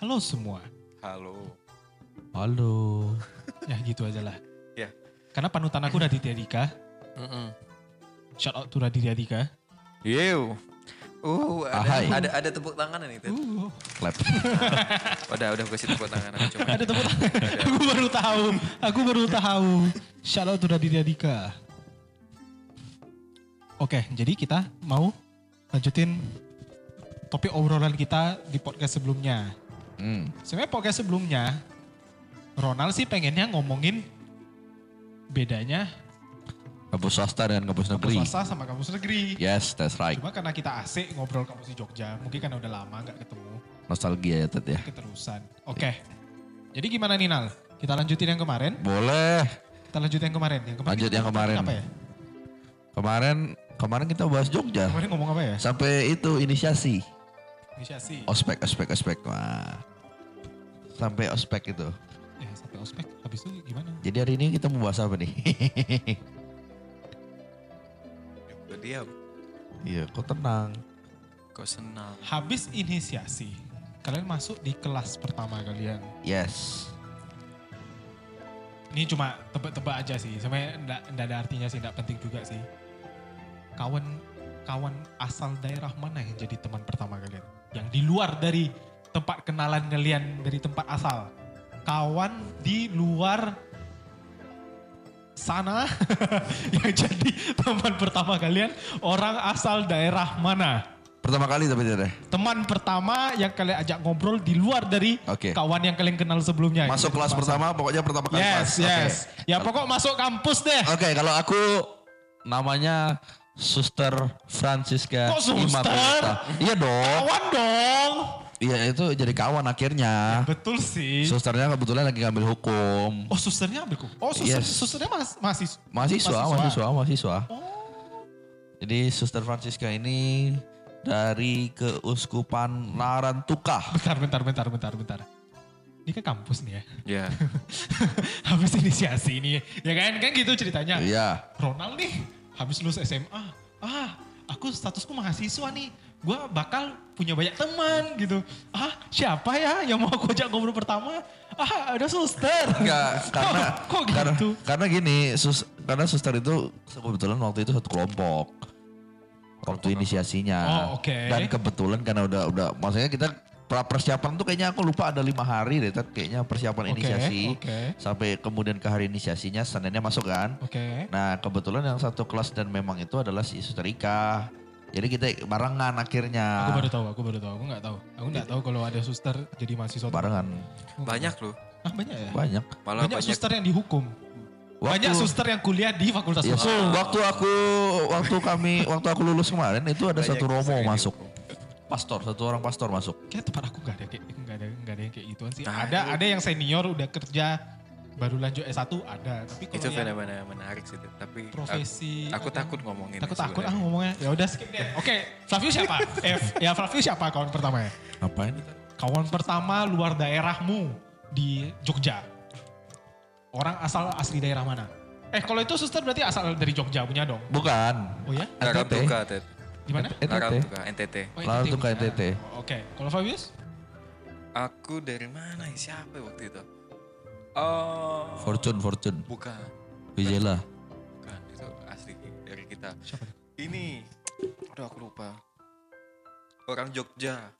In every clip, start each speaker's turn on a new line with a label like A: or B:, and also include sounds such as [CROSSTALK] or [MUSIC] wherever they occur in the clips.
A: Halo semua.
B: Halo.
A: Halo. [LAUGHS] ya gitu aja lah.
B: Ya.
A: Karena panutan aku Raditya Dika. Shout out to Raditya Dika.
B: Yew. Uh, ada,
C: Ahai.
B: ada ada tepuk tangan nih. Ted.
A: Uh,
C: Clap.
B: Udah, udah gue kasih tepuk tangan. Aku
A: [LAUGHS]
B: cuma.
A: ada tepuk tangan. aku baru tahu. Aku baru tahu. Shout out to Raditya Dika. Oke, jadi kita mau lanjutin topik obrolan kita di podcast sebelumnya.
C: Hmm.
A: Sebenarnya podcast sebelumnya Ronald sih pengennya ngomongin bedanya
C: Kampus swasta dengan kampus negeri.
A: kampus swasta sama kampus negeri.
C: Yes, that's
A: Eh,
C: right.
A: Cuma karena kita asik ngobrol kampus di Jogja, mungkin karena udah lama nggak ketemu,
C: Nostalgia ya, Ted ya.
A: keterusan. Oke. Jadi gimana nih Nal? Kita lanjutin yang kemarin.
C: Boleh.
A: Kita lanjut yang kemarin. Yang kemarin
C: Lanjut
A: kita
C: yang kemarin.
A: Apa ya?
C: Kemarin kemarin kita bahas Jogja.
A: Kemarin ngomong apa ya?
C: Sampai itu inisiasi.
A: Inisiasi.
C: Ospek, ospek, ospek. Wah. Sampai ospek itu.
A: Ya, sampai ospek. Habis itu gimana?
C: Jadi hari ini kita mau bahas apa nih? [LAUGHS]
B: Gua Diam.
C: Iya, kok tenang.
B: Kau senang.
A: Habis inisiasi, kalian masuk di kelas pertama kalian.
C: Yes.
A: Ini cuma tebak-tebak aja sih. Sebenarnya enggak, enggak ada artinya sih, enggak penting juga sih. Kawan kawan asal daerah mana yang jadi teman pertama kalian? Yang di luar dari tempat kenalan kalian, dari tempat asal. Kawan di luar sana [LAUGHS] yang jadi teman pertama kalian orang asal daerah mana?
C: Pertama kali tapi Ted ya.
A: Teman pertama yang kalian ajak ngobrol di luar dari
C: Oke.
A: kawan yang kalian kenal sebelumnya.
C: Masuk
A: Jadi
C: kelas
A: teman asal.
C: pertama, pokoknya pertama kali
A: Yes,
C: Kan pas. Oke. Oh.
A: yes. Ya pokok masuk kampus deh.
C: Oke, kalau aku namanya Suster Francisca
A: Kok suster?
C: Immaculata. Iya dong.
A: Kawan dong.
C: Iya itu jadi kawan akhirnya.
A: Betul sih.
C: Susternya kebetulan lagi ngambil hukum.
A: Oh susternya ambil kok. Oh suster,
C: Yes.
A: susternya mas, masih.
C: Mahasiswa,
A: Mahasiswa.
C: mahasiswa, mahasiswa.
A: Oh.
C: Jadi Suster Francisca ini dari keuskupan Larantuka.
A: Bentar, bentar, bentar, bentar, bentar. Ini ke kampus nih ya. [LAUGHS]
B: Ya.
A: habis inisiasi ini. Ya kan, kan gitu ceritanya.
C: Iya.
A: Ronald nih, habis lulus SMA. Ah, aku statusku mahasiswa nih. Gua bakal punya banyak teman gitu. Ah, siapa ya yang mau aku ajak ngobrol pertama? Ah, ada suster.
C: Enggak, karena
A: [LAUGHS] Kok- kok
C: karena,
A: gitu?
C: karena gini, sus, karena suster itu kebetulan waktu itu satu kelompok. Waktu inisiasinya.
A: Oh, oke.
C: Dan kebetulan karena udah udah maksudnya kita pra persiapan tuh kayaknya aku lupa ada lima hari deh, Tat. kayaknya persiapan
A: Oke,
C: inisiasi.
A: oke.
C: Sampai kemudian ke hari inisiasinya Seninnya masuk kan?
A: Oke.
C: Nah, kebetulan yang satu kelas dan memang itu adalah si Suster Ika. Jadi kita barengan akhirnya.
A: Aku baru tahu, aku baru tahu, aku nggak tahu. Aku nggak tahu kalau ada suster jadi mahasiswa.
C: barengan.
B: Banyak loh.
A: Ah, banyak ya.
C: Banyak.
B: Malah
A: Banyak,
B: banyak.
A: suster yang dihukum. Banyak
C: Waktu-
A: suster yang kuliah di fakultas
C: Iya,
A: hukum.
C: waktu aku waktu kami waktu aku lulus kemarin itu
B: Banyak
C: ada
B: gitu.
C: satu romo
B: sekali.
C: masuk. Pastor, satu orang pastor masuk.
A: Kayak tempat aku nggak ada kayak nggak ada nggak ada yang kayak gituan sih.
B: Nah,
A: ada
B: itu-
A: ada yang senior udah kerja baru lanjut S1 ada. Tapi kalau
B: Itu
A: yang
B: fenomena menarik sih. Ted. Tapi aku-
A: profesi
B: aku
A: apa-
B: takut ngomongin.
A: takut takut
B: ya
A: ah
B: sebenarnya.
A: ngomongnya ya udah skip deh. Oke, Flavio
B: [LAUGHS]
A: siapa? F. Ya Flavio siapa kawan pertama ya?
C: Ngapain?
A: Kawan pertama luar daerahmu di Jogja. Orang asal asli daerah mana? Eh kalau itu suster berarti asal dari Jogja punya dong.
C: Bukan.
A: Oh ya?
C: NTT.
B: Larantuka, Ted.
A: Di mana?
C: NTT.
B: Larantuka, NTT.
A: Oh,
C: Lalu
A: NTT
C: tuh ke
A: punya.
C: NTT.
A: Oh, Oke, kalau Fabius?
B: Aku dari mana ya? Siapa ya waktu itu? Oh.
C: Fortune, Fortune.
B: Bukan.
C: Vijela.
B: Bukan. Itu asli dari kita.
A: Siapa?
B: Ini. Aduh aku lupa. Orang Jogja.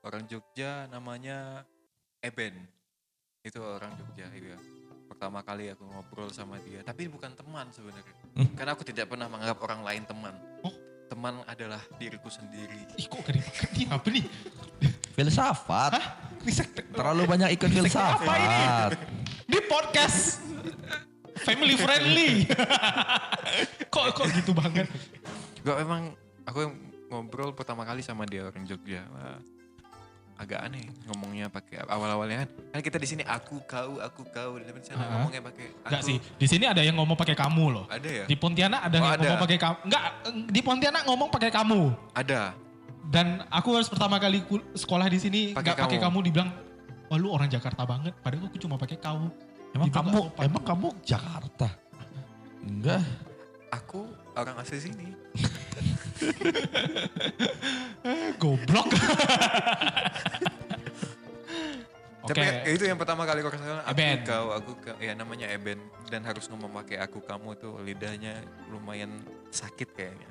B: Orang Jogja namanya Eben. Itu orang Jogja iya. Pertama kali aku ngobrol sama dia, tapi bukan teman sebenarnya.
C: Hmm.
B: Karena aku tidak pernah menganggap orang lain teman.
A: Oh.
B: Teman adalah diriku sendiri.
A: Ih kok gak dimakan nih apa nih?
C: Filsafat.
A: Hah? Ini sekte.
C: Terlalu banyak ikut filsafat.
A: Apa ini? Di podcast. Family friendly. [LAUGHS] kok kok gitu banget?
B: Gue emang aku yang ngobrol pertama kali sama dia orang Jogja. Wah, agak aneh ngomongnya pakai awal-awalnya kan. Kan kita di sini aku kau aku kau di sana
A: Ah.
B: ngomongnya pakai aku.
A: Enggak sih. Di sini ada yang ngomong pakai kamu loh.
B: Ada ya?
A: Di Pontianak ada
B: Oh,
A: yang
B: ada.
A: ngomong pakai kamu. Enggak, di Pontianak ngomong pakai kamu.
B: Ada.
A: Dan aku harus pertama kali kul- sekolah di sini
B: Pakai
A: enggak pakai
B: kamu.
A: kamu dibilang, "Wah, lu orang Jakarta banget." Padahal aku cuma pakai Gitu, kau.
C: Emang
A: Itu
C: kamu
A: nggak sopan.
C: emang kamu Jakarta? Enggak.
B: Aku orang asli sini. [LAUGHS]
A: Goblok.
B: Ya, itu yang pertama kali aku kenal aku
A: Eben.
B: kau aku kau ya namanya Eben dan harus ngomong pakai aku kamu tuh lidahnya lumayan sakit kayaknya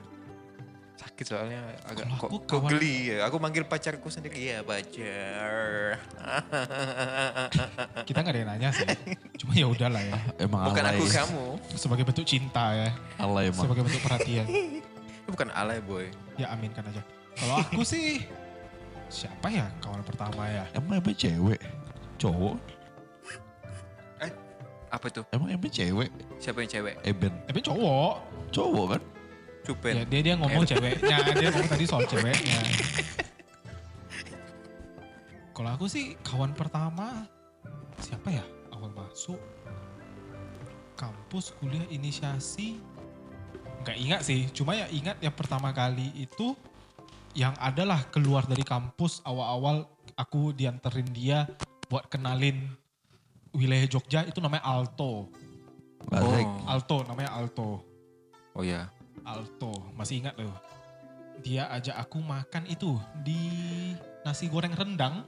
B: sakit soalnya agak
A: Kalau
B: kok,
A: aku
B: kok
A: kawan-
B: geli ya aku manggil pacarku sendiri iya pacar
A: Kita nggak ada yang nanya sih. Cuma ya udahlah ya.
C: Emang
B: bukan
C: alay.
B: aku kamu
A: Sebagai bentuk cinta ya.
C: Alay emang.
A: Sebagai bentuk perhatian.
B: Itu bukan alay boy
A: Ya aminkan aja. Kalau aku sih siapa ya kawan pertama ya?
C: Emang emang cewek? Cowok?
B: apa tuh
C: Emang emang cewek?
B: siapa yang cewek
C: Eben.
A: Tapi cowok.
C: Cowok kan?
B: Cupen
A: Ya, dia dia ngomong ceweknya. Dia ngomong tadi soal ceweknya. Kalau aku sih kawan pertama siapa ya awal masuk kampus kuliah inisiasi nggak ingat sih cuma ya ingat yang pertama kali itu yang adalah keluar dari kampus awal-awal aku dianterin dia buat kenalin wilayah Jogja itu namanya Alto
C: Balik.
B: oh
A: Alto namanya Alto
B: oh ya
A: Alto, masih ingat loh. Dia ajak aku makan itu di nasi goreng rendang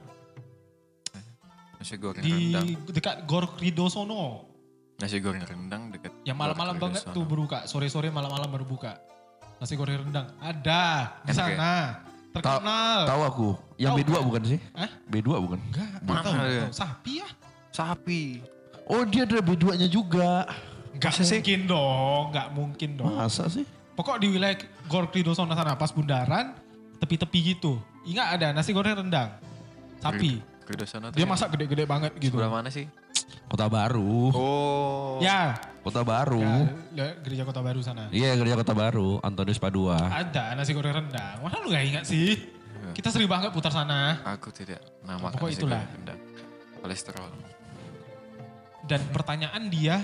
B: nasi goreng
A: di
B: rendang
A: dekat Gor Rido Sono.
B: nasi goreng rendang dekat
A: Yang Ya, malam-malam
B: Gor
A: banget
B: Ridosono.
A: tuh berbuka, sore-sore malam-malam berbuka. Nasi goreng rendang ada di
B: Enak ya?
A: sana. Terkenal.
C: Tahu aku. Yang
A: Tahu
C: B2
A: kan?
C: bukan sih?
A: Hah?
C: B2 bukan?
A: Enggak,
B: Mana
A: tahu,
B: ada?
A: tahu. Sapi ya?
B: sapi
C: Oh dia ada B2-nya juga.
A: Enggak
B: Masa sih?
A: mungkin dong, enggak mungkin dong.
C: Masa sih?
A: Pokok di wilayah Gor Rido Sono sana pas bundaran, tepi-tepi gitu. Ingat ada nasi goreng rendang. Sapi.
B: Kuda sana
A: Dia masak gede-gede banget gitu.
B: sebelah mana sih
C: Kota Baru.
B: oh
A: Ya,
C: Kota Baru.
B: Iya.
A: Ya, le- gereja kota baru sana.
C: Iya gereja Kota Baru. Antonius Padua.
A: Ada nasi goreng rendang. Mana lu gak ingat sih?
B: Iya.
A: Kita sering banget putar sana.
B: Aku tidak namakan
A: Pokok
B: nasi
A: itulah. Oh.
B: goreng rendang. Kolesterol.
A: Dan pertanyaan dia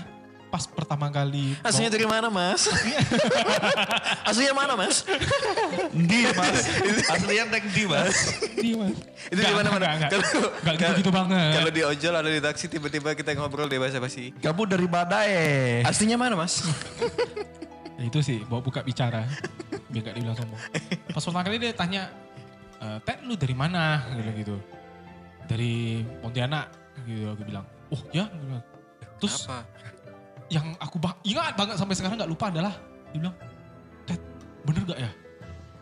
A: pas pertama kali.
B: Aslinya dari
A: [LAUGHS]
B: mana mas? Aslinya mana mas?
C: Di mas. Aslinya tank di mas.
A: Di mana?
B: [LAUGHS] Itu di mana mana?
A: Enggak,
B: Kalau-
A: gitu-gitu banget.
B: Kalau di ojol ada di taksi tiba-tiba kita ngobrol deh bahasa basi.
C: Kamu dari mana eh?
B: Aslinya mana mas?
A: Ya, itu sih, bawa buka bicara. Biar gak dibilang sombong. Pas pertama kali dia tanya, "Eh, Ted lu dari mana? Gitu, gitu. Dari Pontianak. Gitu, aku bilang. Oh ya? Dia bilang. Terus
B: Apa?
A: yang aku ba- ingat banget sampai sekarang nggak lupa adalah dia bilang Ted bener gak ya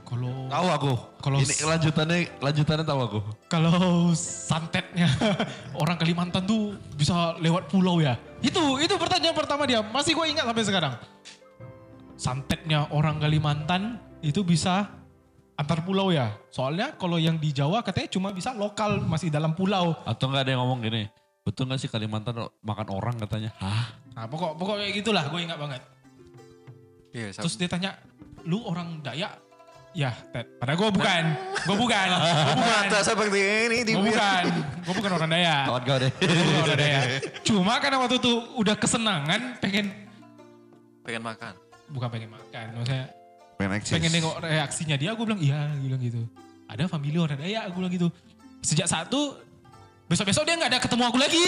A: kalau
C: Tahu aku.
A: Kalau-
C: ini lanjutannya lanjutannya tahu aku.
A: kalau santetnya [LAUGHS] orang Kalimantan tuh bisa lewat pulau ya itu itu pertanyaan pertama dia masih gue ingat sampai sekarang santetnya orang Kalimantan itu bisa antar pulau ya soalnya kalau yang di Jawa katanya cuma bisa lokal masih dalam pulau
C: Atau nggak ada yang ngomong gini? Betul nggak sih Kalimantan makan orang katanya? Hah?
A: nah pokok pokok kayak gitulah gue ingat banget
B: Iya, sama.
A: Terus dia tanya, lu orang Dayak? Ya, Ted. Padahal gue bukan. Gue bukan. Gue bukan.
B: Mata seperti ini di
A: Gue bukan. Gue bukan orang Dayak.
C: Kawan kau deh.
A: Gua bukan orang Dayak. Cuma karena waktu itu udah kesenangan pengen,
B: Pengen makan.
A: bukan pengen makan. Maksudnya
C: Pengen
A: pengen nengok reaksinya dia. Gue bilang, iya. Gue bilang gitu. Ada family orang Dayak. Gue bilang gitu. Sejak satu, besok-besok dia nggak ada ketemu aku lagi.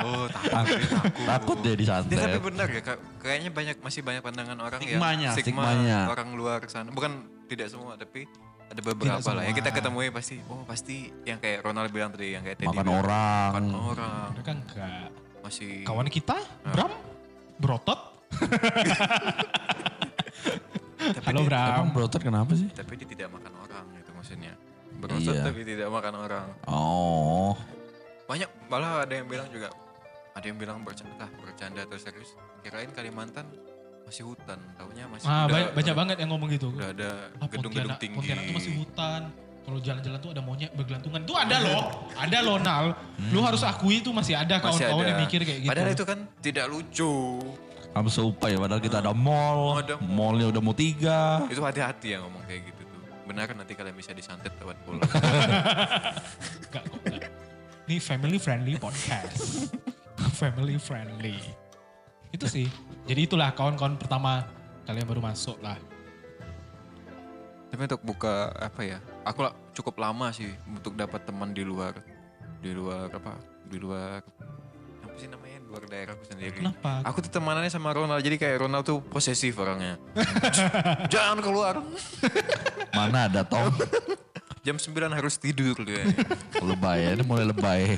B: Oh takut, dia takut.
C: Takut deh
B: Dia tapi
C: disantet.
B: benar ya, Kak. kayaknya banyak masih banyak pandangan orang
C: Stigmanya,
B: ya. Stigma
C: stigmanya.
B: orang luar sana. Bukan tidak semua, tapi
A: Tidak
B: ada beberapa
A: semua.
B: lah. Yang kita ketemui pasti, oh pasti yang kayak Ronald bilang tadi, yang kayak Teddy
C: Makan
B: bilang,
C: orang.
B: Makan orang.
A: Mereka enggak.
B: Masih
A: Kawan kita, Bram, berotot.
B: tapi
A: Halo
B: dia,
A: Bram.
C: Emang berotot kenapa sih?
B: tapi dia tidak makan orang gitu maksudnya. Berotot
C: Iya.
B: tapi tidak makan orang.
C: Oh.
B: Banyak malah ada yang bilang juga ada yang bilang bercanda, ah, bercanda atau serius. Kirain Kalimantan masih hutan, taunya masih
A: Ah,
B: udah-
A: banyak, banyak banget yang ngomong gitu.
B: udah ada
A: Ah,
B: gedung-gedung
A: Pontianak,
B: tinggi.
A: Pontianak tuh masih hutan. Kalau jalan-jalan tuh ada monyet bergelantungan. Tuh ada loh. Ada loh, Nal. Lu harus akui itu masih ada
B: Hmm. Masih
A: kawan-kawan
B: ada.
A: yang mikir kayak gitu.
B: Padahal itu kan tidak lucu.
C: Kamu seupai ya? padahal kita ada mall.
B: Ada mall.
C: Mallnya udah mau tiga.
B: Itu hati-hati yang ngomong kayak gitu tuh. Benar nanti kalian bisa disantet lewat
A: [LAUGHS]
B: bola.
A: Enggak, kok, enggak. Ini family friendly podcast.
B: [LAUGHS]
A: family friendly. Itu sih. Jadi itulah kawan-kawan pertama kalian baru masuk lah.
B: Tapi untuk buka apa ya? Aku la- cukup lama sih untuk dapat teman di luar di luar apa? Di luar apa sih namanya? Di luar daerahku sendiri.
A: Kenapa?
B: Aku tuh temanannya sama Ronald. Jadi kayak Ronald tuh [LAUGHS] posesif orangnya. Jangan keluar. [LAUGHS]
C: Mana ada Tom?
B: jam 9 harus tidur ya.
C: lebay ini mulai lebay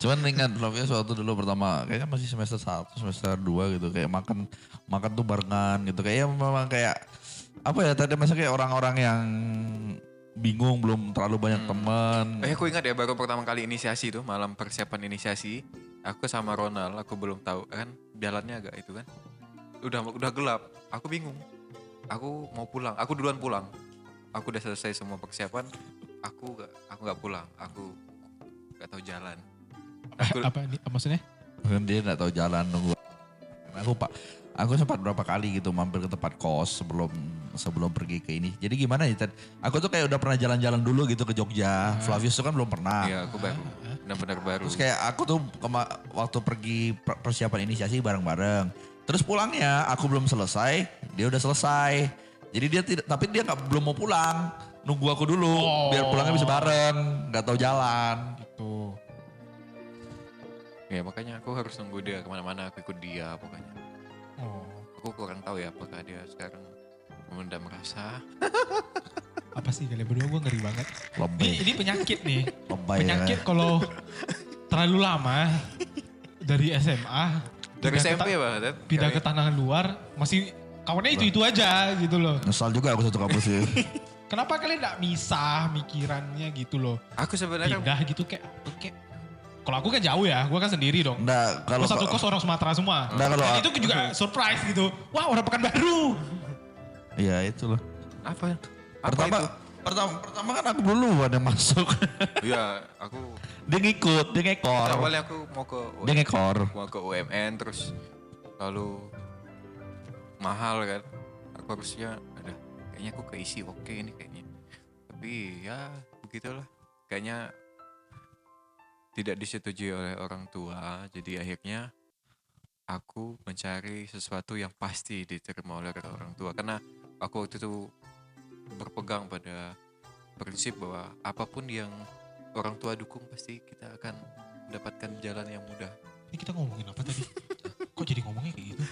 C: cuman ingat Lovia suatu dulu pertama kayaknya masih semester 1 semester 2 gitu kayak makan makan tuh barengan gitu kayaknya memang kayak apa ya tadi masa kayak orang-orang yang bingung belum terlalu banyak teman
B: Eh aku ingat ya baru pertama kali inisiasi tuh malam persiapan inisiasi aku sama Ronald aku belum tahu kan jalannya agak itu kan udah udah gelap aku bingung aku mau pulang aku duluan pulang aku udah selesai semua persiapan aku gak, aku nggak pulang aku nggak tahu jalan aku
A: apa ini- maksudnya?
C: Bahkan dia nggak tahu jalan nunggu aku pak aku sempat berapa kali gitu mampir ke tempat kos sebelum sebelum pergi ke ini jadi gimana ya Ted aku tuh kayak udah pernah jalan-jalan dulu gitu ke Jogja Flavius tuh kan belum pernah
B: iya aku baru benar-benar baru
C: Terus kayak aku tuh kema- waktu pergi per- persiapan inisiasi bareng-bareng. Terus pulangnya aku belum selesai, dia udah selesai. Jadi dia tidak, tapi dia nggak belum mau pulang. Nunggu aku dulu,
A: Oh.
C: biar pulangnya bisa bareng. Nggak tahu jalan.
A: Gitu.
B: ya makanya aku harus nunggu dia kemana-mana aku ikut dia pokoknya
A: Oh,
B: aku kurang tahu ya apakah dia sekarang memendam rasa
A: apa sih kalian berdua gue ngeri banget. Ini,
C: Lebay,
A: ini penyakit nih.
C: lebay ya.
A: Penyakit kalau terlalu lama dari SMA
B: dari
A: pindah ke
B: SMP
A: ta-
B: ya banget
A: pindah ke tanah luar masih kawannya itu itu aja gitu loh.
C: Nyesal juga aku satu kampus sih.
A: Kenapa kalian gak misah mikirannya gitu loh?
B: aku sebenarnya
A: Pindah gitu kayak apa kayak kalau aku kan jauh ya, gue kan sendiri dong.
C: Nggak, Nah, kalau
A: Kalau satu kos orang Sumatera semua.
C: Nah, kalau-
A: Dan itu juga surprise gitu. Wah orang Pekanbaru.
C: Iya itu loh.
B: apa Apa
C: Pertama,
B: itu?
C: pertama, pertama kan aku dulu ada masuk. [LAUGHS]
B: [LAUGHS] Iya, aku
C: dia ngikut, dia ngekor.
B: awalnya aku mau ke
C: Dia ngekor.
B: mau ke UMN terus lalu mahal kan. Aku harusnya ada kayaknya aku keisi oke ini kayaknya. Tapi ya begitulah. Kayaknya tidak disetujui oleh orang tua, jadi akhirnya aku mencari sesuatu yang pasti diterima oleh orang tua karena aku waktu itu berpegang pada prinsip bahwa apapun yang orang tua dukung pasti kita akan mendapatkan jalan yang mudah
A: Ini kita ngomongin apa tadi? Kok jadi ngomongnya kayak gitu?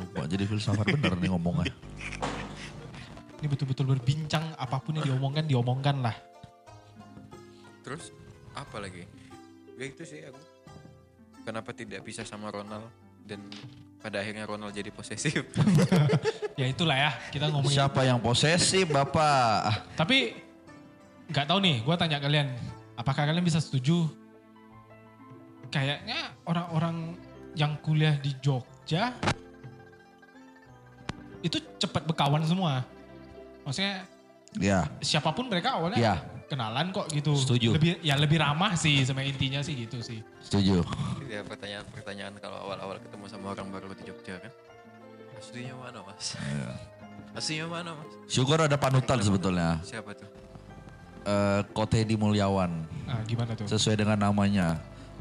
C: Lupa, jadi filsafat bener nih ngomongnya.
A: Ini betul-betul berbincang apapun yang diomongkan diomongkan lah.
B: terus apa lagi ya itu sih aku kenapa tidak bisa sama Ronald dan pada akhirnya Ronald jadi posesif [LAUGHS]
A: Ya itulah ya kita [LAUGHS] ngomongin.
C: Siapa yang posesif bapak? Ah,
A: Tapi nggak tahu nih, gue tanya kalian, apakah kalian bisa setuju? Kayaknya orang-orang yang kuliah di Jogja itu cepat berkawan semua. Maksudnya
C: Ya,
A: siapapun mereka awalnya
C: Iya.
A: kenalan kok gitu.
C: Setuju.
A: Lebih ya lebih ramah sih sama intinya sih gitu sih.
C: setuju.
B: ya pertanyaan-pertanyaan kalau awal-awal ketemu sama orang baru di Jogja kan aslinya mana mas [LAUGHS] aslinya mana mas
C: Syukur ada panutan sebetulnya.
B: siapa tuh
C: Eh Kote di Mulyawan.
A: Nah, gimana tuh?
C: Sesuai dengan namanya.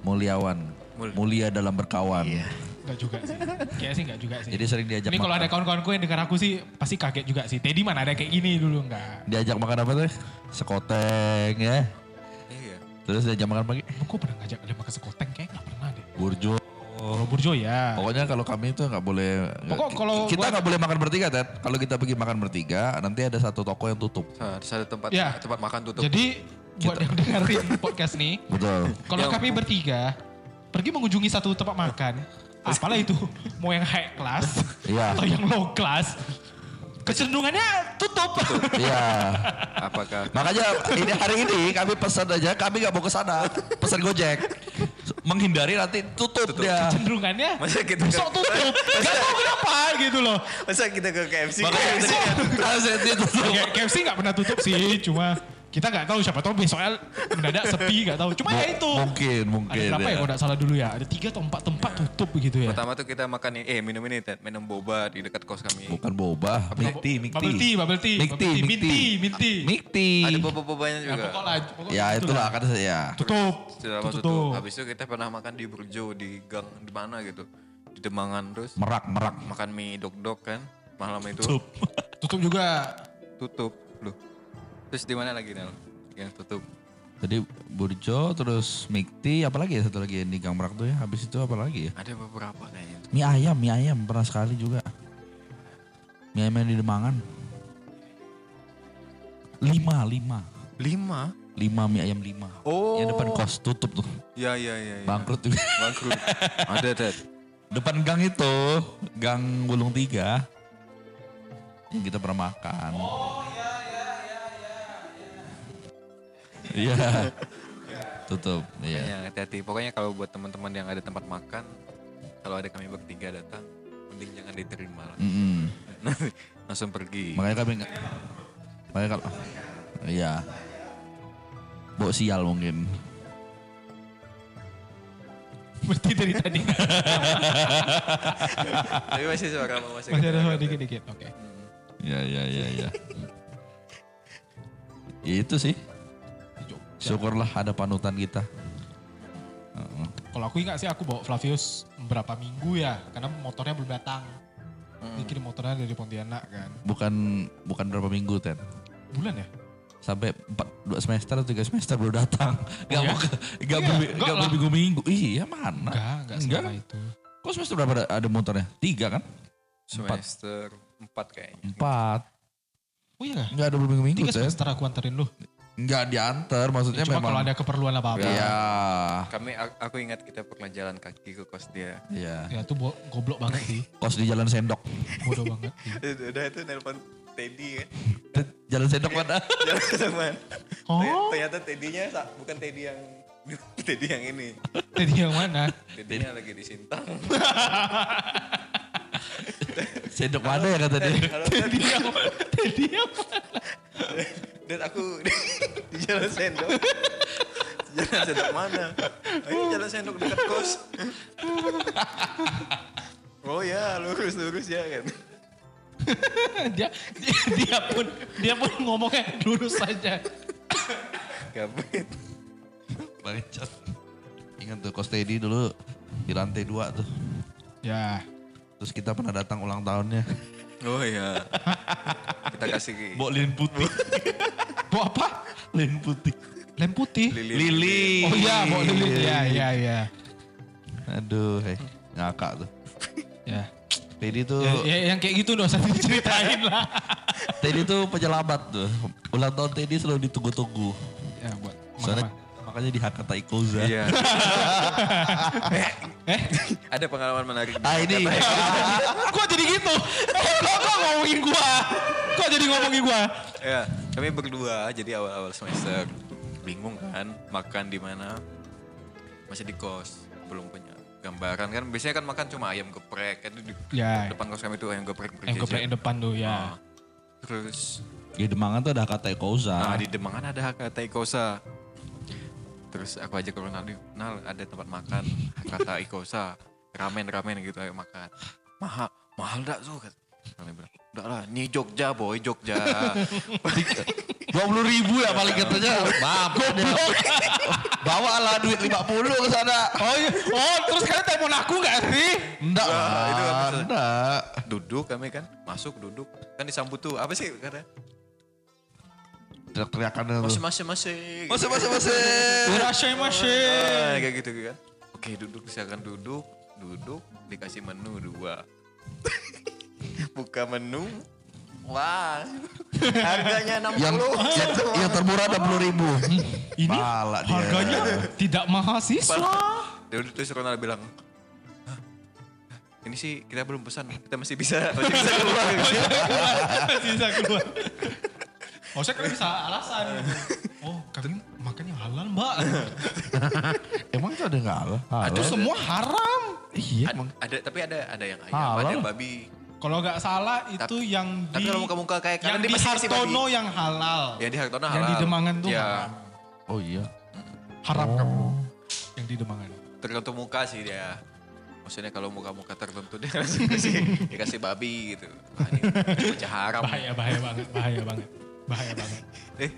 C: Mulyawan.
B: Mul.
C: Mulia dalam berkawan.
A: Enggak juga sih. Kayaknya sih enggak juga sih.
C: Jadi sering diajak
A: Iya. Ini kalau ada
C: makan.
A: kawan-kawanku yang dengar aku sih pasti kaget juga sih. Teddy mana ada kayak gini dulu enggak.
C: Diajak makan apa tuh? Sekoteng ya.
B: iya
C: Terus diajak makan pagi.
A: Emang gue pernah ngajak kalian makan sekoteng? Kayaknya nggak pernah deh.
C: Burjo.
A: Kalau Burjo ya.
C: Nah, Pokoknya kalau kami itu nggak boleh.
A: Pokok
C: ki-
A: kalau
C: kita
A: gua-
C: nggak boleh makan bertiga, Ted. Kalau kita pergi makan bertiga, nanti ada satu toko yang tutup.
B: Nah, di satu tempat
A: Ya.
B: tempat makan tutup
A: Jadi buat yang dengerin podcast nih,
C: Betul.
A: kalau
B: Ya.
A: kami bertiga pergi mengunjungi satu tempat makan, apalah itu mau yang high class
C: Iya.
A: atau yang low class, kecenderungannya tutup.
C: [LAUGHS] Iya.
B: apakah
C: Makanya ini hari ini kami pesan aja, kami nggak mau ke sana. Pesan Gojek. Menghindari nanti tutup,
A: [LAUGHS]
C: dia.
A: [LAUGHS] kecenderungannya
B: Masa kita-
A: besok tutup. Gak tau kenapa gitu loh.
B: [LAUGHS] masa kita ke KFC
C: Makanya tadi harus nanti tutup.
A: Ya, KFC nggak pernah tutup sih, cuma kita nggak tahu siapa tahu besoknya mendadak sepi nggak tahu. Cuma ya itu.
C: Mungkin, gitu
A: Ada
C: mungkin.
A: berapa ya kalau nggak salah dulu ya? Ada tiga atau empat tempat tutup begitu ya.
B: pertama tuh kita makan ini- eh minum ini Ted. minum boba di dekat kos kami
C: Bukan boba, mikti, mikti.
A: Bubble tea, bubble tea,
C: Mikti,
A: bubble tea,
C: mikti.
A: minti, minti.
C: Mikti.
B: ada boba-bobanya
A: Ya,
B: juga
A: pokok lah, pokok
C: Ya itulah kan ya.
A: Tutup.
B: sudah lama
A: Tutup.
B: tutup. Habis itu kita pernah makan di Burjo di gang di mana gitu. Di Demangan terus
C: Merak, merak.
B: makan mie dok-dok kan. Malam itu
C: Tutup.
B: tutup.
A: Tutup juga. [LAUGHS]
B: Loh. Terus di mana lagi Nel? Yang tutup.
C: Jadi Burjo, terus Mikti, apalagi ya satu lagi yang di Gang Merak tuh ya. Habis itu apalagi ya?
B: Ada beberapa kayaknya.
C: Mie ayam, mie ayam pernah sekali juga. Mie ayam yang di Demangan. Lima, lima.
B: Lima?
C: Lima mie ayam lima.
B: Oh.
C: Yang depan kos tutup tuh.
B: Ya, ya, ya. ya.
C: Bangkrut juga. [LAUGHS]
B: Bangkrut. Ada, ada.
C: depan gang itu, gang Gulung Tiga. Yang kita pernah makan. Oh iya iya iya iya. Tutup, iya.
B: Ya, hati-hati. Pokoknya kalau buat teman-teman yang ada tempat makan, kalau ada kami bertiga datang, mending jangan diterima lah. [LAUGHS]
C: Mm-mm.
B: Langsung pergi.
C: Makanya kami nggak- Makanya kalau Iya Bok sial mungkin
A: Berarti dari tadi.
B: Tapi masih suara mau masih.
A: Masih ada
B: kedengeran.
A: suara dikit-dikit. Oke.
C: Iya iya iya iya Ya, Itu sih Syukurlah ada panutan kita Heeh.
A: Kalau aku ingat sih aku bawa Flavius berapa minggu ya. Karena motornya belum datang. Dikirim motornya dari Pontianak kan.
C: Bukan bukan berapa minggu Ten
A: Bulan ya?
C: Sampai 4, 2 semester atau 3 semester baru datang Gak,
A: iya?
C: mau ke- gak,
A: Iya,
C: bermi-
A: enggak
C: gak
A: lah.
C: berminggu-minggu Iya mana
A: Enggak, enggak
C: Enggak.
A: selama itu.
C: Kok semester berapa ada, ada motornya? 3 kan? Empat.
B: Semester empat kayaknya.
C: 4
A: Oh iya nggak?
C: Enggak ada berminggu-minggu
A: Tiga
C: Ten
A: semester aku anterin lu.
C: Enggak diantar maksudnya
A: Ya, cuma
C: memang
A: kalau ada keperluan apa-apa.
C: Iya
B: Kami, a- aku ingat kita pernah jalan kaki ke kos dia.
C: Iya
A: Ya itu bo- goblok banget sih.
C: Kos di Jalan Sendok
A: Bodoh banget.
B: Udah itu nelpon Teddy kan.
C: Jalan Sendok [LAUGHS] mana?
B: [LAUGHS] Jalan ke teman.
A: Oh,
B: Ternyata Teddy-nya sa- bukan Teddy yang [LAUGHS] Teddy yang ini.
A: jadi yang mana?
B: Teddy-nya lagi di [LAUGHS] Sintang.
C: Sendok mana ya kata dia?
B: Halo,
A: Jadi yang Jadi yang
B: Dan aku di [LAUGHS] di jalan [LAUGHS] sendok. Di jalan sendok mana? Oh, ini jalan sendok dekat [LAUGHS] kos. Oh ya, lurus lurus ya kan.
A: dia, dia dia pun dia pun ngomongnya lurus saja.
B: Gabut.
C: Bangsat. Ingat tuh Kos Teddy dulu di lantai dua tuh.
A: Ya,
C: Terus kita pernah datang ulang tahunnya.
B: Oh [LAUGHS] ya. Kita kasih
C: Bok lilin [LAUGHS] putih.
A: bawa apa?
C: lilin putih.
A: Lem putih.
B: lilin.
C: Lili.
A: Oh iya, bawa lilin. Ya, ya, ya.
C: Aduh, hei. Ngakak tuh.
A: Ya.
C: Teddy tuh,
A: Ya, ya, yang kayak gitu dong, satu diceritain lah.
C: Teddy tuh penyelamat tuh. Ulang tahun Teddy selalu ditunggu-tunggu.
A: Ya, buat
C: Soalnya
A: makan.
C: makanya di Hakata Ikoza.
B: Iya.
A: Eh,
B: Ada pengalaman menarik.
C: Ah ini.
A: kok jadi gitu? Kok kok ngomongin gua? Kok jadi ngomongin gua?
B: Ya, kami berdua jadi awal-awal semester bingung kan makan di mana masih di kos belum punya gambaran kan biasanya kan makan cuma ayam geprek kan di
A: Ya.
B: depan kos kami tuh ayam geprek
A: Yang
B: berjejer.
A: geprek depan tuh ya.
B: Ah. terus
C: Di Demangan tuh ada Hakata Ikoza.
B: nah di Demangan ada kata Ikosa terus aku ajak ke Ronaldo Nal ada tempat makan kata Ikosa ramen ramen gitu ayo makan mahal mahal dak tuh kata Ronaldo bilang enggak lah ini Jogja boy Jogja [LAUGHS]
C: 20 ribu ya paling katanya. Maaf. Bawa lah duit 50 ke sana.
A: Oh, iya. oh terus kalian telepon aku gak sih?
C: Enggak
B: Wah,
C: lah,
B: itu kan bisa.
C: enggak.
B: duduk kami kan masuk duduk kan disambut tuh apa sih katanya
C: Teriak-teriakan
B: masih
C: itu.
B: masih masih gitu.
C: Masih, masih, masih.
A: Irashimashi.
B: Ah, kayak gitu kan oke duduk silakan duduk duduk dikasih menu dua buka menu wah harganya enam
C: Yang,
B: puluh
C: yang, yang termurah 60 ribu.
A: Ini
C: Pala dia.
A: harganya tidak mahal sih. [LAUGHS]
B: Ya terus Ronald bilang "Hah? ini sih kita belum pesan kita masih bisa masih bisa keluar
A: Iya, Masih bisa keluar. Oh, saya kan bisa alasan. Oh, kami makan yang halal, Mbak.
C: [LAUGHS] Emang itu ada enggak lah?
A: Itu semua haram.
B: Ad-
C: Iya, emang.
B: ada tapi ada ada yang ayam
C: Halal.
B: ada yang babi
A: Kalau nggak salah itu yang di
B: tapi kalau muka-muka kayak
A: yang
B: kanan,
A: di
B: dia pasti kasih
A: Hartono
B: babi.
A: yang halal.
B: ya di Hartono
A: Yang
B: halal
A: di Demangan tuh
B: ya
A: haram.
C: Oh iya.
A: Haram
C: Oh.
A: kamu. Yang di Demangan.
B: tergantung muka sih dia maksudnya kalau muka-muka tertentu dia [LAUGHS] kasih kasih- dia kasih babi gitu Wah, ini bocah haram
A: Bahaya, bahaya banget, bahaya banget. Bahaya banget.
B: eh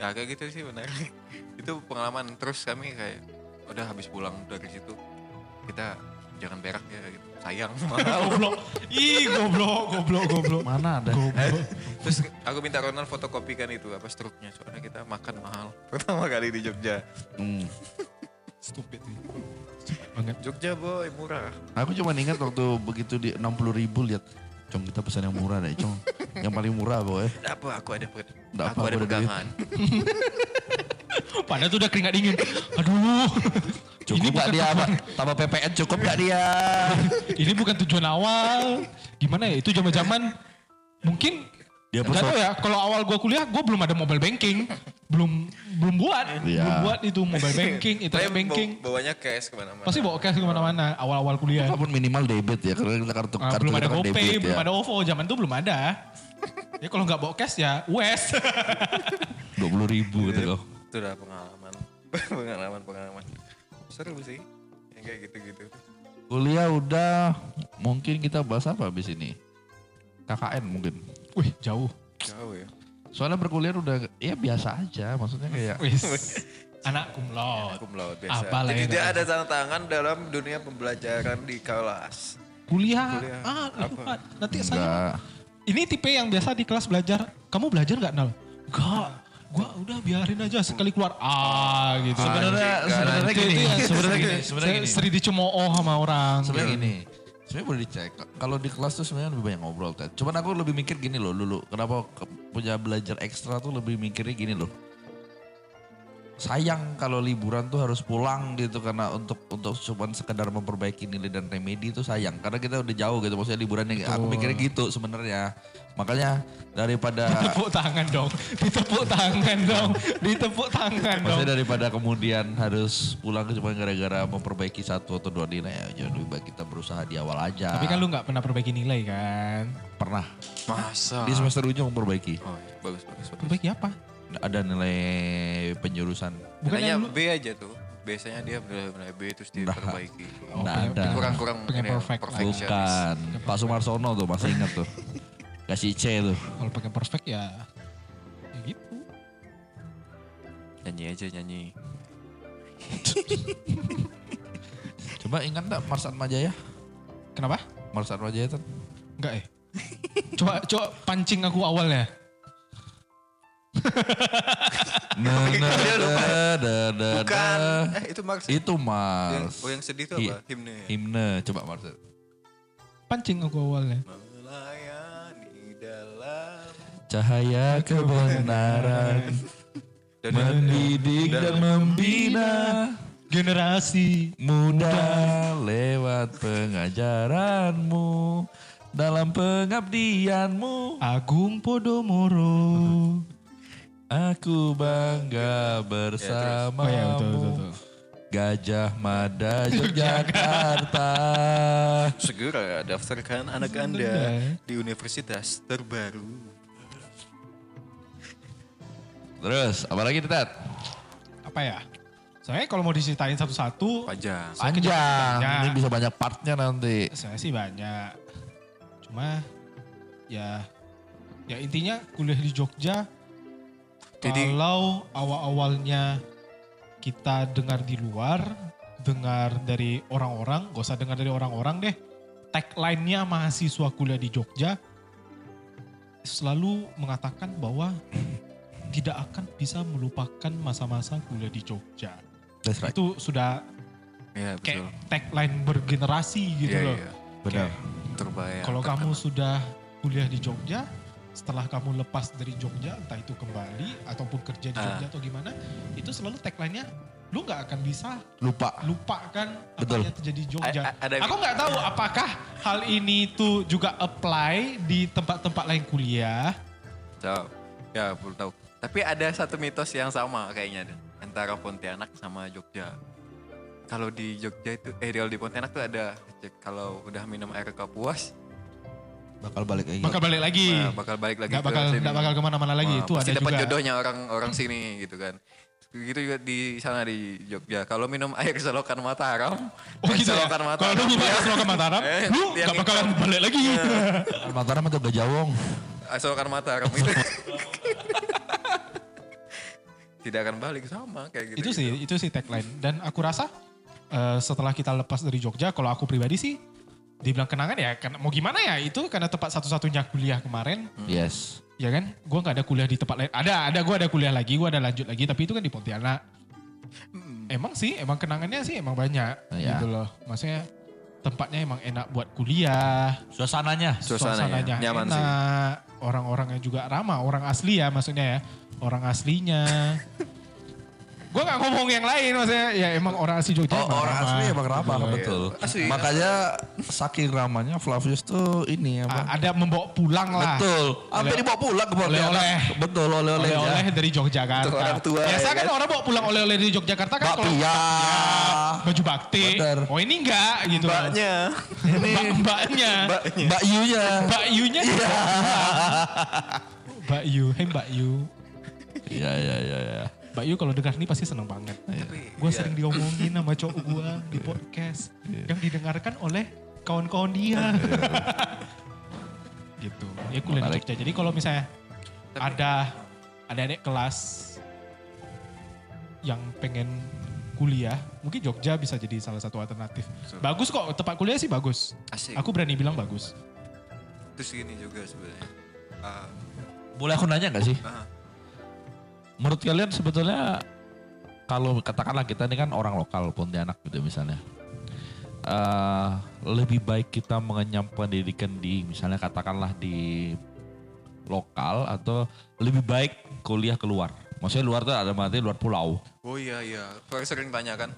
B: ya kayak gitu sih benar [LAUGHS] itu pengalaman terus kami kayak udah habis pulang dari situ kita jangan berak ya gitu. sayang [LAUGHS] mahal
A: Goblok. Ih, goblok, goblok, goblok.
C: Mana ada?
A: Goblok.
B: terus aku minta Ronald fotokopikan itu apa struknya soalnya kita makan mahal [LAUGHS] pertama kali di Jogja
C: Hmm.
A: Stupid sih. Stupid banget.
B: Jogja boy murah
C: Aku cuma ingat waktu begitu di 60 ribu lihat Cong kita pesan yang murah deh, Cong. yang paling murah pokoknya.
B: Nggak apa, aku ada pe-
C: Nggak
B: aku ada
C: apa, aku ada duit.
B: pegangan.
A: Padahal tuh udah keringat dingin. Aduh.
C: Cukup
A: bukan
C: gak dia apa? Tambah PPN cukup gak [LAUGHS] dia?
A: Ini bukan tujuan awal. Gimana ya itu zaman-zaman mungkin
C: Dia
A: Gak
C: perso-
A: tau ya, kalau awal gue kuliah, gue belum ada mobile banking. Belum belum buat.
C: Iya.
A: Belum buat itu mobile banking,
B: Saya
A: internet
B: bawa-
A: banking.
B: Bawanya cash kemana-mana.
A: Pasti bawa cash kemana-mana awal-awal kuliah.
C: Apapun minimal debit ya, karena kita kartu
A: Ah,
C: kartu
A: belum
C: kita
A: ada
C: kan
A: GoPay,
C: debit
A: belum
C: ya.
A: ada OVO. Zaman itu belum ada. ya kalau nggak bawa cash ya US.
C: Dua puluh
A: Iya.
C: ribu gitu kau.
B: Itu udah pengalaman. [LAUGHS] pengalaman, pengalaman. Seru sih. Yang kayak gitu-gitu.
C: Kuliah udah, mungkin kita bahas apa abis ini? KKN mungkin.
A: [LAUGHS] Wih, jauh.
B: Jauh ya.
C: Soalnya berkuliah udah ya biasa aja, maksudnya kayak
B: [LAUGHS]
A: Wis. Anak kumlot.
B: Aku melaut biasa.
A: Apa lah
B: Jadi
A: ya,
B: tidak
A: Kak?
B: ada tantangan dalam dunia pembelajaran di kelas.
A: Kuliah.
B: Kuliah.
A: Ah,
B: Apa?
A: lupa. Nanti saya
C: enggak.
A: Ini tipe yang biasa di kelas belajar. Kamu belajar nggak Nal? Enggak. Gua udah biarin aja sekali keluar ah gitu.
C: Sebenarnya sebenarnya
A: Itu-
C: gini,
A: itu ya,
C: sebenarnya gini,
A: sering-
C: sebenarnya
A: sering-
C: gini.
A: sering dicemooh sama orang. gitu.
C: Sebenarnya gini, sebenarnya boleh dicek. Kalau di kelas tuh sebenarnya lebih banyak ngobrol, Ted. Cuman aku lebih mikir gini loh dulu. Kenapa ke- punya belajar ekstra tuh lebih mikirnya gini loh. Sayang kalau liburan tuh harus pulang gitu karena untuk untuk cuman sekedar memperbaiki nilai dan remedi itu sayang karena kita udah jauh gitu maksudnya liburannya aku mikirnya gitu sebenarnya makanya daripada
A: Tepuk tangan [LAUGHS] dong. Ditepuk tangan dong. Ditepuk tangan dong.
C: Maksudnya daripada kemudian harus pulang cuma gara-gara memperbaiki satu atau dua nilai ya. Jadi lebih baik kita berusaha di awal aja.
A: Tapi kan lu nggak pernah perbaiki nilai kan?
C: pernah
B: Masa?
C: di semester ujung memperbaiki.
B: Oh, iya. bagus, bagus, bagus.
A: Perbaiki apa?
C: Ada nilai penjurusan.
A: Bukan
B: Tanya
A: yang lu
B: B aja tuh. Biasanya dia benar-benar B terus
C: Nah.
B: diperbaiki.
A: Oh,
C: Nggak
A: pengen-
C: ada.
A: pengen-
B: Kurang-kurang
A: pengen
B: ini ya,
A: perfect.
B: perfection.
C: Bukan. Pak Sumarsono tuh masih ingat tuh. Kasih C tuh.
A: Kalau pengen perfect ya ya gitu.
B: Nyanyi aja nyanyi.
C: Coba ingat gak Marsat Majaya?
A: Kenapa?
C: Marsat Majaya tuh.
A: Enggak
C: [LAUGHS]
A: eh. Coba coba pancing aku awalnya.
C: Nah, nah, nah, nah, nah,
B: Bukan.
C: nah.
B: Eh, itu Mars.
C: Itu
B: Yang,
C: Mars.
B: oh yang sedih tuh
C: Hi-
B: apa? Himne. ya?
C: Himne. Coba Marsat.
A: Pancing aku awalnya.
B: Melayani dalam
C: Cahaya kebenaran
B: dan
C: mendidik dan membina
A: Generasi
C: muda lewat pengajaranmu dalam pengabdianmu
A: Agung Podomoro.
C: aku bangga bersamamu
A: Oh ya betul betul. betul.
C: Gajah
A: [LAUGHS]
C: Mada Yogyakarta
B: segera daftarkan anak Anda di universitas terbaru.
C: terus apalagi Tet
A: Apa ya? Saya kalau mau diceritain satu-satu,
B: Panjang.
C: panjang
A: Panjang.
C: ini bisa banyak partnya nanti
A: saya sih banyak. Cuma ya ya intinya kuliah di Jogja
B: Jadi-
A: kalau awal-awalnya kita dengar di luar, dengar dari orang-orang, gak usah dengar dari orang-orang deh. Tagline-nya mahasiswa kuliah di Jogja selalu mengatakan bahwa [CLEARS THROAT] tidak akan bisa melupakan masa-masa kuliah di Jogja.
C: that's right
A: Itu sudah
B: Ya
A: kayak
B: betul.
A: tagline bergenerasi gitu
B: Iya,
A: loh.
B: iya.
C: benar
B: Terbayang.
A: Kalau kamu
B: terkenang.
A: sudah kuliah di Jogja, setelah kamu lepas dari Jogja, entah itu kembali ataupun kerja di
B: Ah.
A: Jogja atau gimana, itu selalu tagline-nya lu nggak akan bisa
C: lupa
A: lupakan apa
C: Betul.
A: yang terjadi di Jogja.
B: Ah. A- a- ada- Ya.
A: Aku nggak tahu apakah hal ini tuh juga apply di tempat-tempat lain kuliah.
B: Tahu. Ya belum tahu. Tapi ada satu mitos yang sama kayaknya Dan. antara Pontianak sama Jogja. Kalau di Jogja itu, eh kalau di Pontianak tuh ada kalau udah minum air kapuas,
C: bakal balik lagi
A: Bakal balik lagi.
B: nah, bakal balik lagi.
A: Nggak
B: ke
A: bakal
B: sini.
A: nggak bakal kemana-mana lagi.
B: Wah,
A: itu
B: pasti
A: ada
B: dapat
A: juga.
B: jodohnya orang orang sini gitu kan. Gitu juga di sana di Jogja. Kalau minum air selokan Mataram,
A: Oh
B: air
A: gitu ya.
B: selokan
A: Kalau
B: Mataram.
A: lu mau
B: ya.
A: ke Mataram,
B: Eh,
A: lu
B: yang Nah.
A: nggak bakalan
B: hitam.
A: balik lagi.
C: Mataram atau Gajawong
B: Air ah, selokan Mataram itu. [LAUGHS] Tidak akan balik sama kayak gitu.
A: itu sih itu sih tagline dan aku rasa eh, setelah kita lepas dari Jogja kalau aku pribadi sih dibilang kenangan ya karena mau gimana ya itu karena tempat satu-satunya kuliah kemarin
C: yes
A: ya kan gua nggak ada kuliah di tempat lain ada ada gua ada kuliah lagi gua ada lanjut lagi tapi itu kan di Pontianak emang sih emang kenangannya sih emang banyak
C: Iya.
A: gitu loh maksudnya tempatnya emang enak buat kuliah,
C: Suasananya.
B: Suasananya
A: suasananya
B: nyaman sih.
A: enak, orang-orangnya juga ramah, orang asli ya maksudnya ya, orang aslinya.
C: [LAUGHS]
A: Gue gak ngomong yang lain maksudnya, ya emang orang asli Jogja
C: Oh,
A: emang
C: orang
A: ramah.
C: asli emang ramah
A: Gitu.
C: betul.
B: Asli.
C: Makanya saking ramahnya Flavius tuh ini
A: Ah,
C: apa?
A: ada membawa pulang lah.
C: Betul. Sampai
A: Oleh-
C: dibawa pulang ke Pontianak.
A: oleh-oleh.
C: Betul, oleh-oleh.
A: Oleh-oleh
C: ya.
A: dari Yogyakarta.
B: Untuk orang tua,
A: Biasa
B: ya
A: kan
B: kan?
A: orang bawa pulang oleh-oleh dari Yogyakarta kan kalau ya,
C: Bakpia.
A: baju bakti.
C: Bener.
A: Oh ini enggak gitu. loh.
B: Mbaknya.
A: Mbak, mbaknya.
B: Mbaknya.
C: Mbak Iya. Yunya.
A: Mbak Yunya.
C: [LAUGHS]
A: Mbak Yu, hey Mbak Yu.
C: Iya, iya, iya, iya.
A: Mbak Yu kalau dengar ini pasti seneng banget.
B: Tapi,
A: Gue
B: iya.
A: sering diomongin sama cowok
B: [LAUGHS]
A: gue di podcast. Yang didengarkan oleh kawan-kawan dia.
B: Iya.
A: [LAUGHS] gitu. Ya kuliah di
C: Menarik.
A: Jogja. Jadi kalau misalnya ada ada adik kelas yang pengen kuliah, mungkin Jogja bisa jadi salah satu alternatif. Bagus kok, tempat kuliah sih bagus.
B: Asik.
A: Aku berani bilang bagus.
B: Terus gini juga sebenarnya. Ah,
C: Boleh aku nanya gak sih?
B: ah,
C: Menurut kalian sebetulnya kalau katakanlah kita ini kan orang lokal Pontianak gitu misalnya. Eh, lebih baik kita mengenyam pendidikan di misalnya katakanlah di lokal atau lebih baik kuliah keluar. Maksudnya luar tuh ada berarti luar pulau.
B: Oh iya iya, Pak sering tanya kan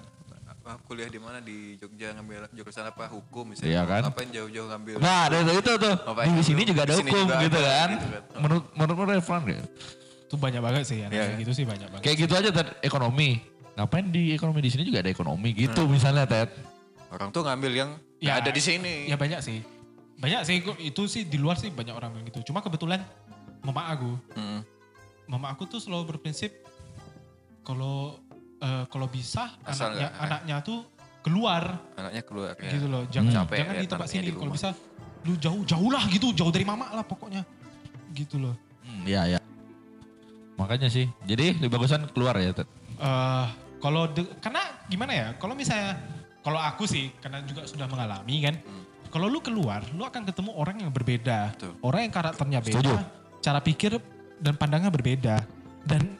B: "Ah, kuliah di mana di Jogja ngambil jurusan apa hukum misalnya
C: Iya kan?
B: ngapain jauh-jauh ngambil
C: Nah, dari dari itu tuh.
B: Apa
C: di
B: yang
C: sini
B: dulu?
C: juga ada
B: Di sini
C: hukum
B: juga
C: gitu
B: ada,
C: kan.
B: gitu kan.
C: Menurut menurut referan gitu.
A: Itu banyak banget sih, anak
B: Iya,
A: kayak
B: iya.
A: gitu sih banyak banget.
C: Kayak gitu aja Ted, ekonomi. Ngapain di ekonomi di sini juga ada ekonomi gitu
B: Hmm.
C: misalnya Ted.
B: orang tuh ngambil yang
A: Ya.
B: nggak ada di sini
A: Ya banyak sih. Banyak sih, gua- itu sih di luar sih banyak orang yang gitu. Cuma kebetulan mama aku,
B: Mm.
A: mama aku tuh selalu berprinsip kalau eh, kalau bisa
B: Asal
A: anaknya
B: nggak-
A: anaknya tuh keluar
B: anaknya keluar ya.
A: gitu loh. Jangan
B: Capek
A: jangan
B: liat
A: di tempat
B: anaknya
A: sini
B: di
A: kalau
B: rumah.
A: bisa lu jauh-jauh lah gitu, jauh dari mama lah pokoknya. Gitu loh.
C: Hmm, ya ya. Makanya sih. Jadi lebih bagusan keluar ya Ted.
A: eh kalau de- karena gimana ya? Kalau misalnya kalau aku sih karena juga sudah mengalami kan. Kalau lu keluar, lu akan ketemu orang yang berbeda.
B: Betul.
A: Orang yang karakternya beda,
C: Setuju.
A: cara pikir dan pandangnya berbeda. Dan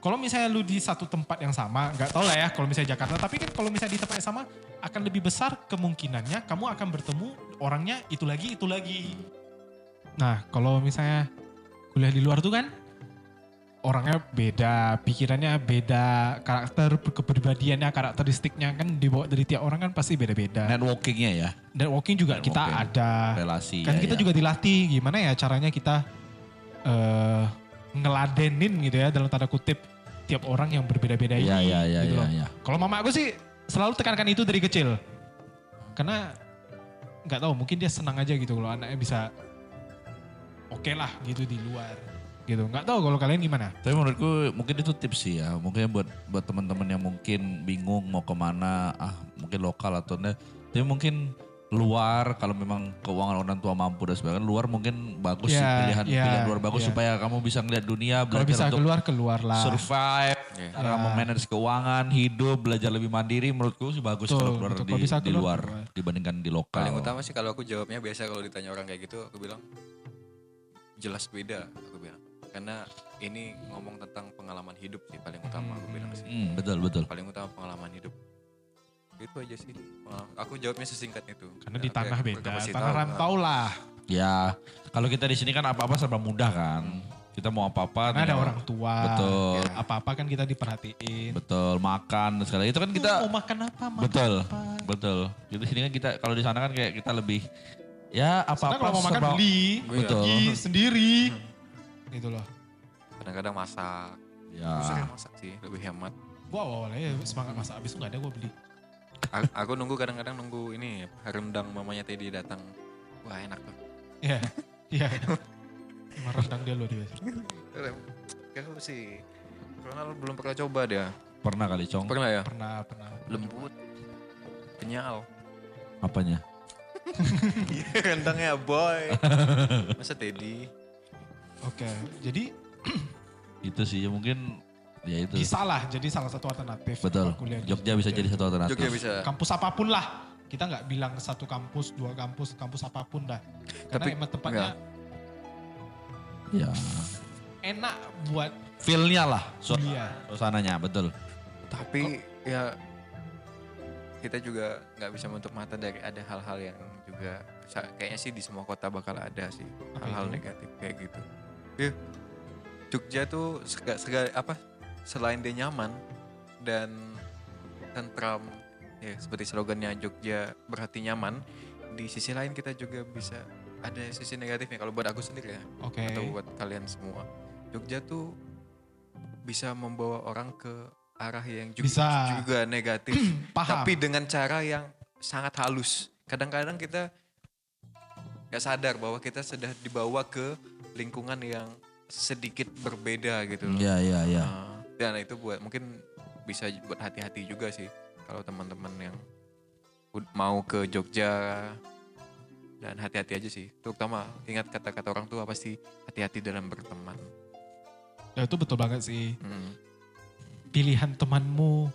A: kalau misalnya lu di satu tempat yang sama, nggak tau lah ya kalau misalnya Jakarta, tapi kan kalau misalnya di tempat yang sama akan lebih besar kemungkinannya kamu akan bertemu orangnya itu lagi itu lagi. Nah, kalau misalnya kuliah di luar tuh kan orangnya beda, pikirannya beda, karakter kepribadiannya, karakteristiknya kan dibawa dari tiap orang kan pasti beda-beda.
C: Networkingnya ya.
A: Dan walking juga kita
C: Networking.
A: ada.
C: Relasi.
A: Kan
C: ya,
A: kita
C: ya.
A: juga dilatih gimana ya caranya kita eh ngeladenin gitu ya dalam tanda kutip tiap orang yang berbeda-beda ini.
C: Iya iya iya
A: gitu
C: iya.
A: loh.
C: iya.
A: Kalau mama aku sih selalu tekankan itu dari kecil. Karena nggak tahu mungkin dia senang aja gitu kalau anaknya bisa oke lah gitu di luar gitu. Nggak tahu kalau kalian gimana?
C: Tapi menurutku mungkin itu tips sih ya. Mungkin buat buat teman-teman yang mungkin bingung mau kemana, ah mungkin lokal atau enggak. Tapi mungkin luar kalau memang keuangan orang tua mampu dan sebagainya luar mungkin bagus sih
A: Ya,
C: pilihan
A: ya,
C: pilihan luar bagus
A: ya.
C: supaya kamu bisa ngeliat dunia
A: Kalau
C: belajar
A: bisa
C: untuk
A: keluar keluarlah.
C: survive
B: Iya.
C: cara
A: Ya.
C: memanage keuangan hidup belajar lebih mandiri menurutku sih bagus
A: Betul,
C: kalau keluar
A: betul.
C: di,
A: Kalau bisa
C: di
A: keluar,
C: luar
A: keluar.
C: dibandingkan di lokal
B: paling utama sih kalau aku jawabnya biasa kalau ditanya orang kayak gitu aku bilang jelas beda aku bilang karena ini ngomong tentang pengalaman hidup sih paling utama aku bilang sih
C: Hmm, betul betul
B: paling utama pengalaman hidup itu aja sih pengalaman- aku jawabnya sesingkat itu
A: Karena di
B: Tapi
A: tanah
B: aku-
A: beda,
B: aku kasih
A: tanah
B: tahu,
A: rantau lah.
C: ya kalau kita di sini kan apa-apa serba mudah kan kita mau apa-apa
A: Karena ada
C: tinggal-
A: orang tua.
C: betul
A: Apa-apa kan kita diperhatiin.
C: betul makan dan segala itu kan kita
A: Lu mau makan apa? Makan
C: betul
A: Apa?
C: betul jadi sini kan kita kalau di sana kan kayak kita lebih ya
A: Karena
C: apa-apa
A: kalau mau makan
C: serba-
A: beli,
C: Betul.
A: pergi sendiri. Gitu Hmm. loh.
B: kadang-kadang masak
C: ya
B: Aku sering masak sih lebih hemat
A: Gua awalnya semangat masak habis itu gak ada gua beli.
B: A- aku nunggu kadang-kadang nunggu ini rendang mamanya Teddy datang wah enak tuh
A: [LAUGHS] Iya. Iya. Cuma rendang dia loh dia.
B: Kau sih karena belum pernah coba dia
C: pernah kali cong
B: pernah ya
A: Pernah, pernah.
B: lembut [LAUGHS] kenyal
C: apanya
B: Iya, rendangnya boy masa Teddy
A: Oke. Jadi
C: itu sih ya mungkin ya itu
A: bisa lah. Jadi salah satu alternatif.
C: betul
A: buat kuliah di
C: Jogja bisa jadi satu alternatif
B: Jogja bisa
A: Kampus apapun lah. Kita nggak bilang satu kampus, dua kampus, kampus apapun dah. Karena
B: Tapi,
A: emang tempatnya
C: ya
A: enak buat
C: feel-nya lah suasana-
A: kuliah.
C: suasananya betul
B: tapi ya kita juga nggak bisa menutup mata dari ada hal-hal yang juga sa- kayaknya sih di semua kota bakal ada sih
A: Apa
B: hal-hal
A: itu?
B: negatif kayak gitu. Iya. Jogja tuh sega, sega- apa selain dia nyaman dan tentram ya seperti slogannya Jogja berhati nyaman di sisi lain kita juga bisa ada sisi negatifnya kalau buat aku sendiri ya
A: Oke.
B: atau buat kalian semua Jogja tuh bisa membawa orang ke arah yang juga,
A: Bisa.
B: juga negatif
A: [CLEARS THROAT] Paham.
B: tapi dengan cara yang sangat halus kadang-kadang kita nggak sadar bahwa kita sudah dibawa ke lingkungan yang sedikit berbeda gitu loh
C: Iya, iya,
A: Ya.
C: iya.
B: Nah, dan itu buat mungkin bisa buat hati-hati juga sih kalau teman-teman yang ud- mau ke Jogja dan hati-hati aja sih terutama ingat kata-kata orang tua pasti hati-hati dalam berteman
A: Ya, itu betul banget sih.
B: Hmm.
A: Pilihan temanmu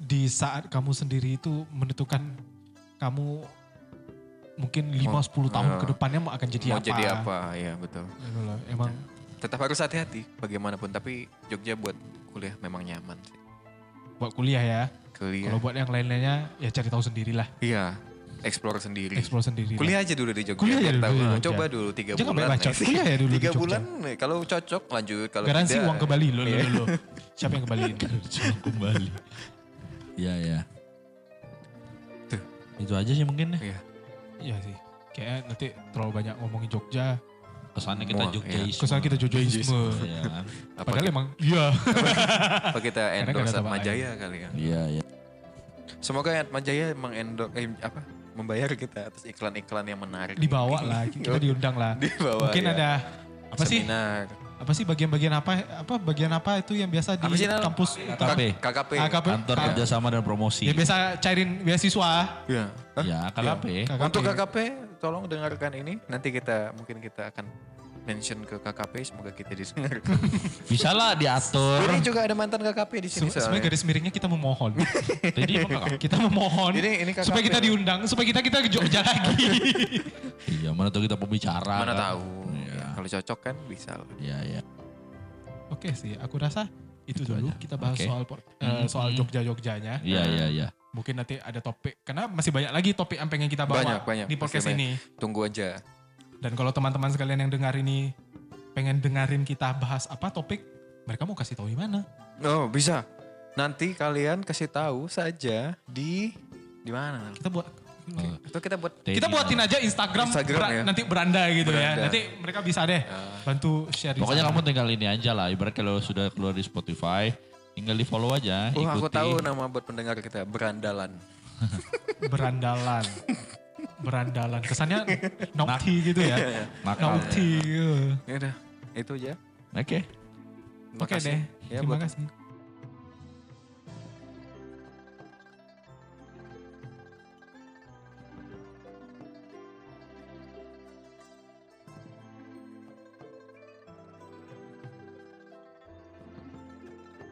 A: di saat kamu sendiri itu menentukan kamu mungkin 5-10 tahun
B: ya.
A: ke depannya mau akan jadi
B: mau
A: apa.
B: jadi apa Iya. ya betul
A: Gitu loh, Emang
B: tetap harus hati-hati bagaimanapun tapi Jogja buat kuliah memang nyaman sih
A: buat kuliah ya.
B: kuliah
A: Kalau buat yang lain-lainnya ya cari tahu sendirilah.
B: iya explore sendiri
A: Explore sendiri.
B: Iya. kuliah aja dulu di Jogja
A: Kuliah aja
B: biar
A: dulu
B: tahu.
A: di Jogja.
B: coba dulu tiga
A: Jangan
B: bulan
A: bacot, kuliah ya dulu di
B: tiga
A: Jogja.
B: bulan kalau cocok lanjut kalau
A: Garansi
B: tidak,
A: uang ke Bali lo, lo,
B: iya.
A: lo. Siapa yang ke
B: [LAUGHS]
A: Bali?
C: Kembali. Iya, iya.
B: Tuh.
C: Itu aja sih mungkin ya.
B: Iya.
A: Iya sih. Kayaknya nanti terlalu banyak ngomongin Jogja.
C: Kesannya
B: kita
C: kita
B: Wah, Jogja Oh,
C: Jogja
B: iya.
A: Kesan kita Jogjaisme.
C: Iya, kan?
B: Apa
A: Padahal
B: kita-
A: emang iya. [LAUGHS]
B: Apa kita endorse
A: nggak ada
B: Atma
A: apa-apa.
B: Jaya kali ya?
C: iya. iya.
B: Semoga Atma Jaya mengendor eh, apa membayar kita atas iklan-iklan yang menarik. [LAUGHS]
A: Dibawa lah, kita diundang lah.
B: Dibawa.
A: Mungkin
B: ya.
A: ada apa sih?
B: Seminar.
A: Apa sih bagian-bagian apa apa bagian apa itu yang biasa di
B: Apa sih, Iya. Nal?
A: kampus
C: Kak- KKP.
B: KKP.
A: AKP?
C: Kantor
A: Ka-
C: kerjasama dan promosi.
A: yang biasa cairin beasiswa.
B: Ya. Hah?
C: Ya, KKP.
A: KKP.
B: Untuk KKP tolong dengarkan ini. Nanti kita mungkin kita akan mention ke KKP semoga
A: [LAUGHS]
B: kita didengar.
C: Bisa lah diatur.
B: ini juga ada mantan KKP di
A: Se-
B: sini
A: Sebenarnya
B: soalnya.
A: garis miringnya kita
B: [LAUGHS]
A: memohon.
C: Jadi emang nggak-
A: kita memohon
B: Ini- ini KKP.
A: supaya kita diundang, supaya kita kita ke
B: [LAUGHS]
A: Jogja lagi.
C: Iya, mana tahu kita pembicara.
B: Mana
C: kan?
B: tahu.
C: Iya.
B: Kalau cocok kan bisa. lah.
C: Iya, iya.
A: Oke sih, aku rasa itu, dulu
C: aja.
A: kita bahas
C: Oke.
A: soal por-
B: Hmm,
A: eh, soal Jogja Jogjanya.
C: Iya, iya, iya.
A: Mungkin nanti ada topik karena masih banyak lagi topik yang pengen kita bawa
B: Banyak, banyak.
A: di podcast
B: Pasti
A: ini.
B: Tunggu aja.
A: Dan kalau teman-teman sekalian yang dengar ini pengen dengerin kita bahas apa topik, mereka mau kasih tahu di mana?
B: Oh, bisa. Nanti kalian kasih tahu saja di di mana.
A: Kita buat
B: Itu kita buat
A: kita buatin aja Instagram,
B: Instagram
A: beran-
B: ya.
A: nanti beranda gitu
B: Beranda. Ya.
A: ya. Nanti mereka bisa deh bantu share. di
C: Pokoknya
A: sana.
C: kamu tinggal ini aja lah. Ibarat kalau sudah keluar di Spotify, tinggal di follow aja.
B: Oh, aku
C: ikuti.
B: tahu nama buat pendengar kita, Berandalan.
A: berandalan. berandalan.
C: [LAUGHS]
A: Kesannya naughty gitu ya.
C: Nah. Nakal.
A: naughty. gitu.
B: Ya udah, itu aja.
C: Oke.
A: Oke
B: Makasih.
A: deh.
B: Ya,
A: Terima
B: buat
A: kasih.